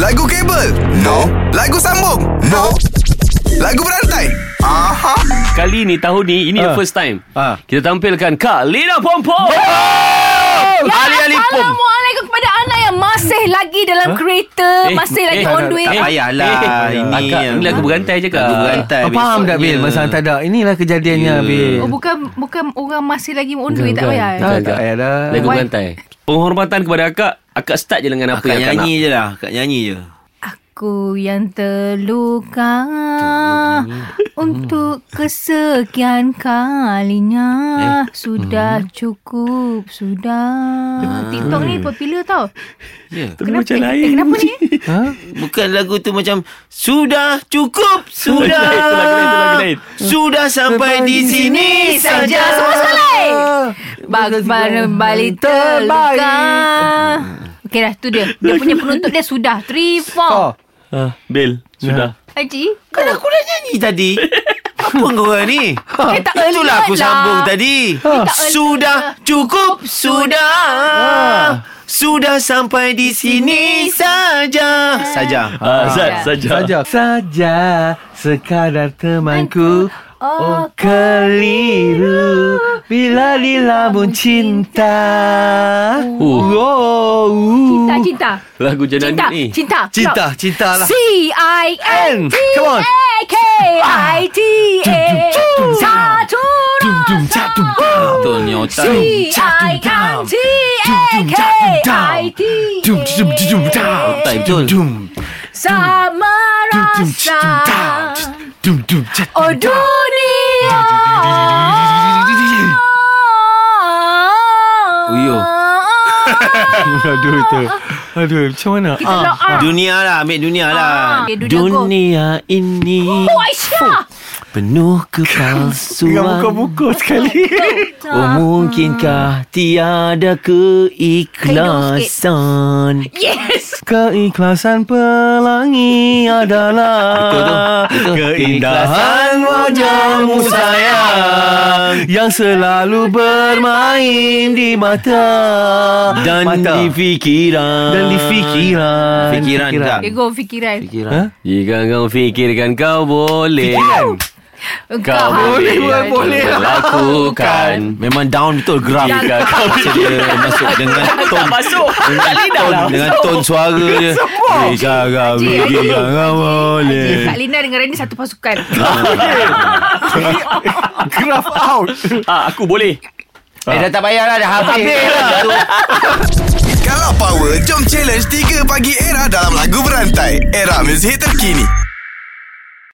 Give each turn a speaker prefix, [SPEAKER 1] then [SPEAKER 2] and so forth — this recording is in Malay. [SPEAKER 1] Lagu kabel? No. Lagu sambung? No. Lagu berantai? Aha.
[SPEAKER 2] Kali ni tahun ni Ini uh. the first time
[SPEAKER 3] Ah.
[SPEAKER 2] uh. Kita tampilkan Kak Lina Pompom Ali-ali pom
[SPEAKER 4] Ya, Assalamualaikum kepada anak yang masih lagi dalam huh? kereta, eh, masih eh, lagi
[SPEAKER 3] tak- tak-
[SPEAKER 4] on the way.
[SPEAKER 3] tak
[SPEAKER 2] eh,
[SPEAKER 3] payahlah. Ini
[SPEAKER 2] Akak,
[SPEAKER 3] yang-
[SPEAKER 2] Ini lagu berantai je Kak
[SPEAKER 3] Lagu berantai
[SPEAKER 5] Kau faham tak Bil
[SPEAKER 3] besoknya.
[SPEAKER 5] Masa hantar tak Inilah kejadiannya
[SPEAKER 3] Ya.
[SPEAKER 5] Bil
[SPEAKER 4] Oh, bukan bukan orang masih lagi on the way tak
[SPEAKER 2] Bukan,
[SPEAKER 4] payah.
[SPEAKER 2] bukan.
[SPEAKER 4] eh?
[SPEAKER 5] Ah, Tak payah dah
[SPEAKER 2] Lagu
[SPEAKER 4] Why?
[SPEAKER 2] berantai Penghormatan kepada akak Akak start je dengan apa
[SPEAKER 3] Akak
[SPEAKER 2] yang akak
[SPEAKER 3] nyanyi
[SPEAKER 2] nak
[SPEAKER 3] je lah Akak nyanyi je
[SPEAKER 4] Aku yang terluka untuk kesekian kalinya sudah cukup sudah. TikTok ni popular tau.
[SPEAKER 3] Ya.
[SPEAKER 4] Kenapa? Eh, kenapa ni?
[SPEAKER 5] Ha?
[SPEAKER 3] Bukan lagu tu macam Sudah cukup Sudah
[SPEAKER 2] Itu lagu lain, itu lagu lain.
[SPEAKER 3] Sudah sampai di sini
[SPEAKER 4] saja semua selai. Bagaimana balik terluka. Okey dah tu dia. Dia punya penuntut dia sudah 3
[SPEAKER 5] Oh
[SPEAKER 4] 4.
[SPEAKER 2] Ah, Bil Sudah
[SPEAKER 4] Haji.
[SPEAKER 3] Kan aku dah nyanyi tadi Apa kau orang ni
[SPEAKER 4] Eh, tak
[SPEAKER 3] Itulah
[SPEAKER 4] alert
[SPEAKER 3] aku
[SPEAKER 4] lah.
[SPEAKER 3] sambung tadi lah.
[SPEAKER 4] tak alert
[SPEAKER 3] Sudah cukup Sudah Ha. Sudah sampai di sini saja Saja
[SPEAKER 2] Ah,
[SPEAKER 4] Ya.
[SPEAKER 2] Zat saja
[SPEAKER 5] Saja Saja Sekadar temanku Oh keliru Bila dilabun cinta
[SPEAKER 2] Uh.
[SPEAKER 5] Oh
[SPEAKER 4] Cinta cinta.
[SPEAKER 2] Lagu jenang
[SPEAKER 4] Cinta
[SPEAKER 2] ni
[SPEAKER 4] cinta.
[SPEAKER 5] Cinta Cinta lah
[SPEAKER 4] C I N T
[SPEAKER 5] Come on.
[SPEAKER 4] A K I T A satu rasa.
[SPEAKER 3] Betul ni otak
[SPEAKER 4] C I N T A K I T A
[SPEAKER 3] Tak betul
[SPEAKER 4] sama rasa. Oh dunia.
[SPEAKER 3] Uyo.
[SPEAKER 5] Aduh tu Aduh macam mana
[SPEAKER 4] Kita lock out.
[SPEAKER 3] Dunia lah Ambil dunia lah
[SPEAKER 4] Ah, okay, dunia go.
[SPEAKER 3] Dunia ini
[SPEAKER 4] Oh, Aisyah.
[SPEAKER 3] Penuh
[SPEAKER 5] Dengan
[SPEAKER 3] kepalsuan
[SPEAKER 5] muka-muka sekali
[SPEAKER 3] Oh
[SPEAKER 4] Ah.
[SPEAKER 3] mungkinkah tiada keikhlasan
[SPEAKER 4] Yes.
[SPEAKER 5] Keikhlasan pelangi adalah Keindahan wajahmu sayang Yang selalu bermain di mata
[SPEAKER 3] Dan
[SPEAKER 5] mata.
[SPEAKER 3] di fikiran
[SPEAKER 5] Dan di fikiran
[SPEAKER 3] Fikiran, tak?
[SPEAKER 4] Okay, go fikiran.
[SPEAKER 3] Fikiran
[SPEAKER 5] Ha?
[SPEAKER 2] Jika kau fikirkan kau boleh Kau
[SPEAKER 4] Engkau
[SPEAKER 2] boleh
[SPEAKER 5] boleh, boleh.
[SPEAKER 2] Lakukan
[SPEAKER 3] lah. Kan? Memang down betul graf
[SPEAKER 2] Jika kau
[SPEAKER 3] Dia masuk dengan
[SPEAKER 2] Tak masuk Tak lidah
[SPEAKER 3] ton
[SPEAKER 2] lah
[SPEAKER 3] Dengan ton suara dia Jika kau fikiran kau boleh
[SPEAKER 4] Kak Lina dengan Rani satu pasukan.
[SPEAKER 5] Graph out
[SPEAKER 2] ah, Aku boleh
[SPEAKER 3] Eh dah tak payah lah Dah habis
[SPEAKER 1] Kalau power, jom challenge 3 pagi era dalam lagu berantai. Era muzik terkini.